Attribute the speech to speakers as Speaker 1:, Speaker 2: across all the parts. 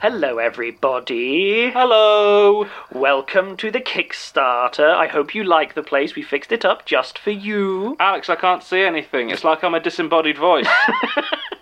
Speaker 1: Hello, everybody.
Speaker 2: Hello.
Speaker 1: Welcome to the Kickstarter. I hope you like the place. We fixed it up just for you.
Speaker 2: Alex, I can't see anything. It's like I'm a disembodied voice.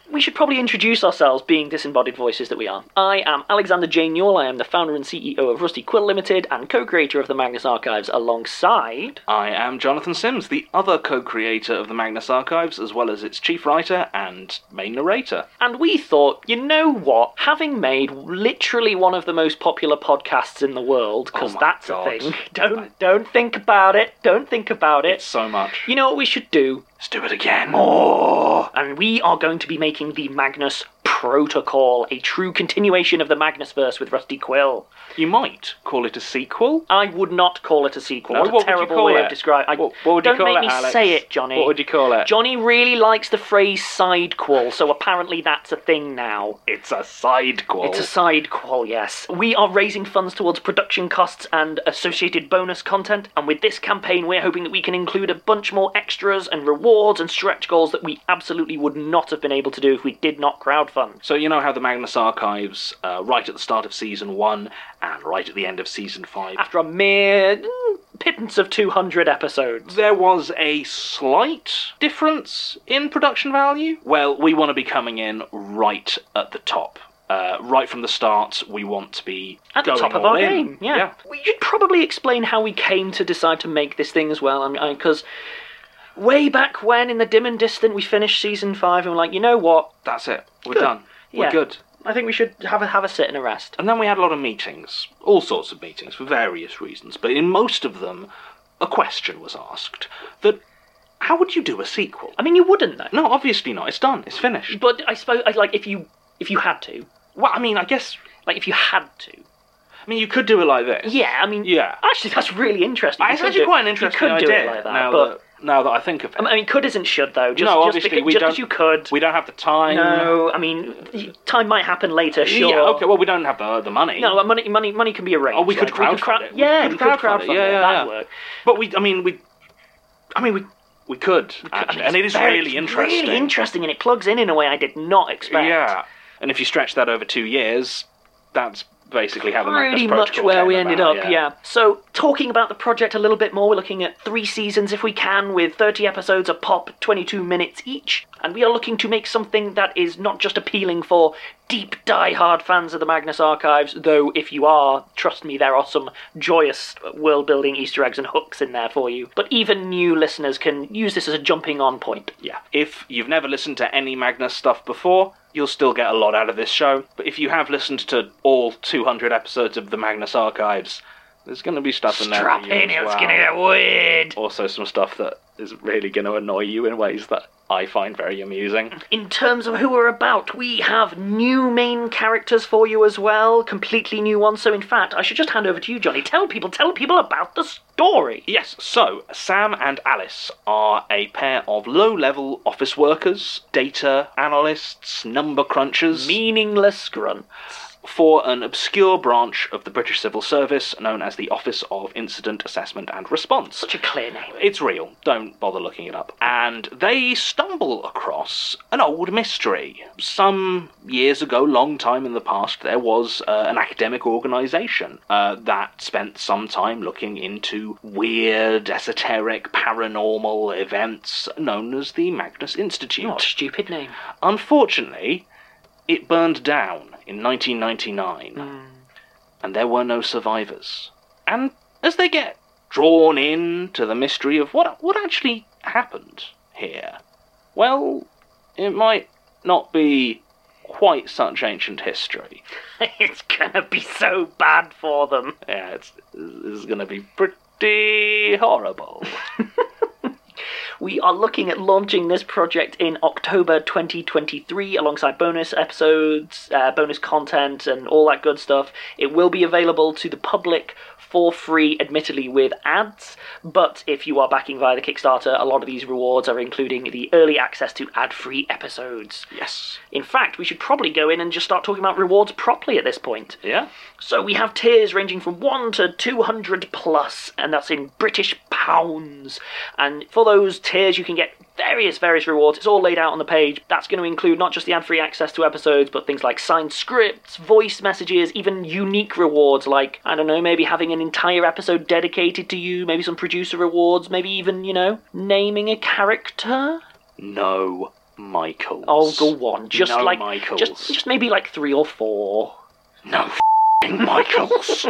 Speaker 1: We should probably introduce ourselves, being disembodied voices that we are. I am Alexander J. Newell. I am the founder and CEO of Rusty Quill Limited and co creator of the Magnus Archives alongside.
Speaker 2: I am Jonathan Sims, the other co creator of the Magnus Archives, as well as its chief writer and main narrator.
Speaker 1: And we thought, you know what? Having made literally one of the most popular podcasts in the world, because
Speaker 2: Oh my
Speaker 1: that's
Speaker 2: God.
Speaker 1: a thing. Don't don't think about it. Don't think about it.
Speaker 2: It's so much.
Speaker 1: you know what we should do?
Speaker 2: Let's do it again. More.
Speaker 1: and we are going to be making the Magnus Protocol, a true continuation of the Magnus verse with Rusty Quill.
Speaker 2: You might call it a sequel.
Speaker 1: I would not call it a sequel.
Speaker 2: No,
Speaker 1: what a
Speaker 2: what would you
Speaker 1: terrible
Speaker 2: call
Speaker 1: way
Speaker 2: it?
Speaker 1: of describing.
Speaker 2: What- what would you
Speaker 1: don't
Speaker 2: call
Speaker 1: make
Speaker 2: it,
Speaker 1: me
Speaker 2: Alex?
Speaker 1: say it, Johnny.
Speaker 2: What would you call it?
Speaker 1: Johnny really likes the phrase sidequel, so apparently that's a thing now.
Speaker 2: It's a sidequel.
Speaker 1: It's a sidequel, yes. We are raising funds towards production costs and associated bonus content, and with this campaign, we're hoping that we can include a bunch more extras and rewards and stretch goals that we absolutely would not have been able to do if we did not crowdfund.
Speaker 2: So you know how the Magnus Archives, uh, right at the start of season one and right at the end of season five,
Speaker 1: after a mere mm, pittance of 200 episodes.
Speaker 2: there was a slight difference in production value. Well, we want to be coming in right at the top. Uh, right from the start, we want to be
Speaker 1: At the
Speaker 2: going
Speaker 1: top of
Speaker 2: all
Speaker 1: our
Speaker 2: in.
Speaker 1: game, yeah. We should probably explain how we came to decide to make this thing as well, because I, because way back when, in the dim and distant, we finished season five and we're like, you know what?
Speaker 2: that's it. We're done. We're
Speaker 1: Yeah.
Speaker 2: good.
Speaker 1: I think we should have a, have a sit and a rest.
Speaker 2: And then we had a lot of meetings, all sorts of meetings for various reasons, but in most of them, a question was asked that how would you do a sequel?
Speaker 1: I mean, you wouldn't though.
Speaker 2: No, obviously not. It's done. It's finished.
Speaker 1: But I suppose, I- like, if you if you had to,
Speaker 2: Well, I mean, I guess
Speaker 1: like, if you had to,
Speaker 2: I mean, you could do it like this.
Speaker 1: yeah. I mean,
Speaker 2: Yeah.
Speaker 1: Actually, that's really interesting. You
Speaker 2: it's
Speaker 1: could
Speaker 2: actually
Speaker 1: do-
Speaker 2: quite an
Speaker 1: you
Speaker 2: interesting
Speaker 1: could do
Speaker 2: idea.
Speaker 1: it like that,
Speaker 2: now,
Speaker 1: but
Speaker 2: that, now that I think of it.
Speaker 1: I mean, could isn't should though. Just,
Speaker 2: no,
Speaker 1: just
Speaker 2: obviously
Speaker 1: because,
Speaker 2: we
Speaker 1: just
Speaker 2: don't.
Speaker 1: because you could.
Speaker 2: We don't have the time.
Speaker 1: No, I mean, time might happen later. Sure.
Speaker 2: Yeah. Okay. Well, we don't have the the money.
Speaker 1: No, money, money, money can be arranged.
Speaker 2: Oh, we could
Speaker 1: Like,
Speaker 2: crowdfund
Speaker 1: crowd-
Speaker 2: it. We
Speaker 1: Yeah,
Speaker 2: could
Speaker 1: we
Speaker 2: crowdfund
Speaker 1: could
Speaker 2: it.
Speaker 1: crowdfund it.
Speaker 2: Yeah, yeah,
Speaker 1: That'd
Speaker 2: yeah.
Speaker 1: work.
Speaker 2: But we. I mean, we. I mean, we. We could. actually, and it is
Speaker 1: Very-
Speaker 2: really interesting.
Speaker 1: Really interesting, and it plugs in in a way I did not expect.
Speaker 2: Yeah. And if you stretch that over two years, that's basically how the Magnus
Speaker 1: Pretty much
Speaker 2: Protocol
Speaker 1: where
Speaker 2: came
Speaker 1: we ended
Speaker 2: about,
Speaker 1: up, yeah. So, talking about the project a little bit more, we're looking at three seasons if we can, with 30 episodes a pop, 22 minutes each. And we are looking to make something that is not just appealing for deep, die-hard fans of the Magnus Archives, though if you are, trust me, there are some joyous world-building Easter eggs and hooks in there for you. But even new listeners can use this as a jumping-on point.
Speaker 2: Yeah. If you've never listened to any Magnus stuff before, you'll still get a lot out of this show. But if you have listened to all 200 episodes of the Magnus Archives, there's going to be stuff in there.
Speaker 1: Strap
Speaker 2: for you
Speaker 1: in,
Speaker 2: as
Speaker 1: it's
Speaker 2: well.
Speaker 1: gonna get weird.
Speaker 2: Also, some stuff that is really going to annoy you in ways that I find very amusing.
Speaker 1: In terms of who we're about, we have new main characters for you as well, completely new ones. So, in fact, I should just hand over to you, Johnny. Tell people, tell people about the story.
Speaker 2: Yes, so Sam and Alice are a pair of low level office workers, data analysts, number crunchers.
Speaker 1: Meaningless grunt.
Speaker 2: for an obscure branch of the British Civil Service known as the Office of Incident Assessment and Response.
Speaker 1: Such a clear name.
Speaker 2: It's real, don't bother looking it up. And they stumble across an old mystery. Some years ago, long time in the past, there was uh, an academic organisation uh, that spent some time looking into weird, esoteric, paranormal events known as the Magnus Institute.
Speaker 1: What a stupid name.
Speaker 2: Unfortunately, it burned down in 1999, and there were no survivors. And as they get drawn in to the mystery of what what actually happened here, well, it might not be quite such ancient history.
Speaker 1: it's gonna be so bad for them.
Speaker 2: Yeah, it's, this is going to be pretty horrible.
Speaker 1: We are looking at launching this project in October 2023 alongside bonus episodes, uh, bonus content, and all that good stuff. It will be available to the public for free, admittedly with ads, but if you are backing via the Kickstarter, a lot of these rewards are including the early access to ad free episodes.
Speaker 2: yes.
Speaker 1: In fact, we should probably go in and just start talking about rewards properly at this point.
Speaker 2: Yeah.
Speaker 1: So we have tiers ranging from 1 to 200 plus, and that's in British pounds. And for those tiers, you can get various, various rewards. It's all laid out on the page. That's going to include not just the ad free access to episodes, but things like signed scripts, voice messages, even unique rewards like, I don't know, maybe having an entire episode dedicated to you, maybe some producer rewards, maybe even, you know, naming a character.
Speaker 2: No, Michaels.
Speaker 1: Oh, go on. Just
Speaker 2: no
Speaker 1: like.
Speaker 2: Michaels.
Speaker 1: Just, just maybe like three or four.
Speaker 2: no fing Michaels.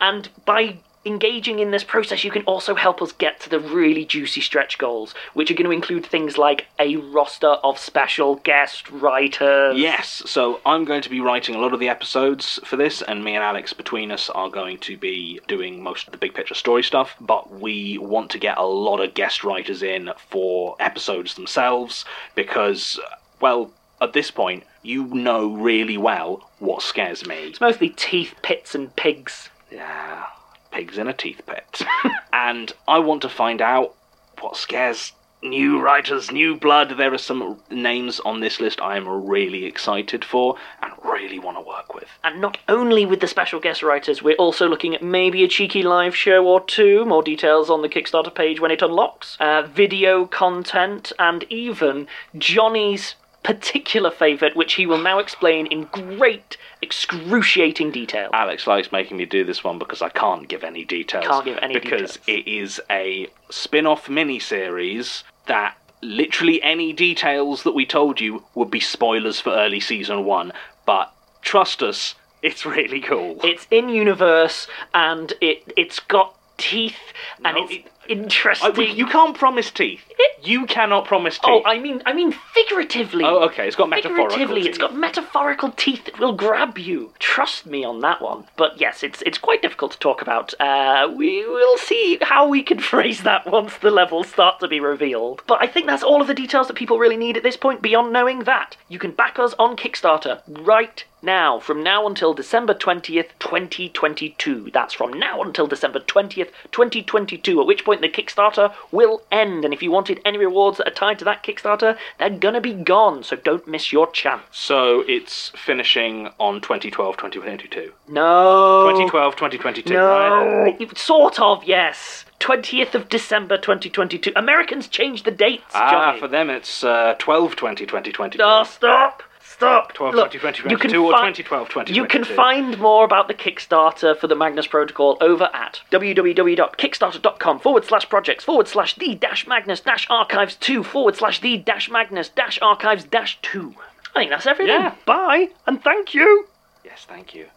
Speaker 1: And by engaging in this process, you can also help us get to the really juicy stretch goals, which are going to include things like a roster of special guest writers.
Speaker 2: yes, so I'm going to be writing a lot of the episodes for this, and me and Alex between us are going to be doing most of the big picture story stuff. But we want to get a lot of guest writers in for episodes themselves because, well, at this point, you know really well what scares me.
Speaker 1: It's mostly teeth, pits, and pigs.
Speaker 2: Yeah, pigs in a teeth pit. and I want to find out what scares new writers, new blood. There are some names on this list I am really excited for and really want to work with.
Speaker 1: And not only with the special guest writers, we're also looking at maybe a cheeky live show or two, more details on the Kickstarter page when it unlocks, uh, video content, and even Johnny's particular favourite, which he will now explain in great, excruciating detail.
Speaker 2: Alex likes making me do this one because I can't give any details.
Speaker 1: Can't give any details.
Speaker 2: because it is a spin-off miniseries that literally any details that we told you would be spoilers for early season one. But trust us, it's really cool.
Speaker 1: It's in universe and it it's got teeth and
Speaker 2: No,
Speaker 1: it's
Speaker 2: it-
Speaker 1: interesting.
Speaker 2: I- we- you can't promise teeth. You cannot promise teeth.
Speaker 1: oh, I mean I mean figuratively.
Speaker 2: Oh, okay. It's got metaphorical.
Speaker 1: Figuratively, it's
Speaker 2: teeth.
Speaker 1: got metaphorical teeth that will grab you. Trust me on that one. But yes, it's it's quite difficult to talk about. Uh, we will see how we can phrase that once the levels start to be revealed. But I think that's all of the details that people really need at this point. Beyond knowing that, you can back us on Kickstarter right now, from now until December 20th, 2022. That's from now until December 20th, 2022, at which point the Kickstarter will end. And if you wanted any rewards that are tied to that Kickstarter, they're gonna be gone, so don't miss your chance.
Speaker 2: So it's finishing on 2012, 2022.
Speaker 1: No.
Speaker 2: 2012, 2022, right?
Speaker 1: Oh. No. Sort of, yes. 20th of December 2022. Americans change the dates,
Speaker 2: Ah,
Speaker 1: Johnny.
Speaker 2: for them it's uh, 12, 20, 2022.
Speaker 1: Oh, stop! Stop!
Speaker 2: 12,
Speaker 1: Look,
Speaker 2: 20,
Speaker 1: you can
Speaker 2: 22, or
Speaker 1: fi-
Speaker 2: 2012, 2022.
Speaker 1: You can find more about the Kickstarter for the Magnus Protocol over at www.kickstarter.com forward slash projects forward slash the dash Magnus dash archives 2 forward slash the dash Magnus dash archives dash 2. I think that's everything.
Speaker 2: Yeah.
Speaker 1: Bye, and thank you!
Speaker 2: Yes, thank you.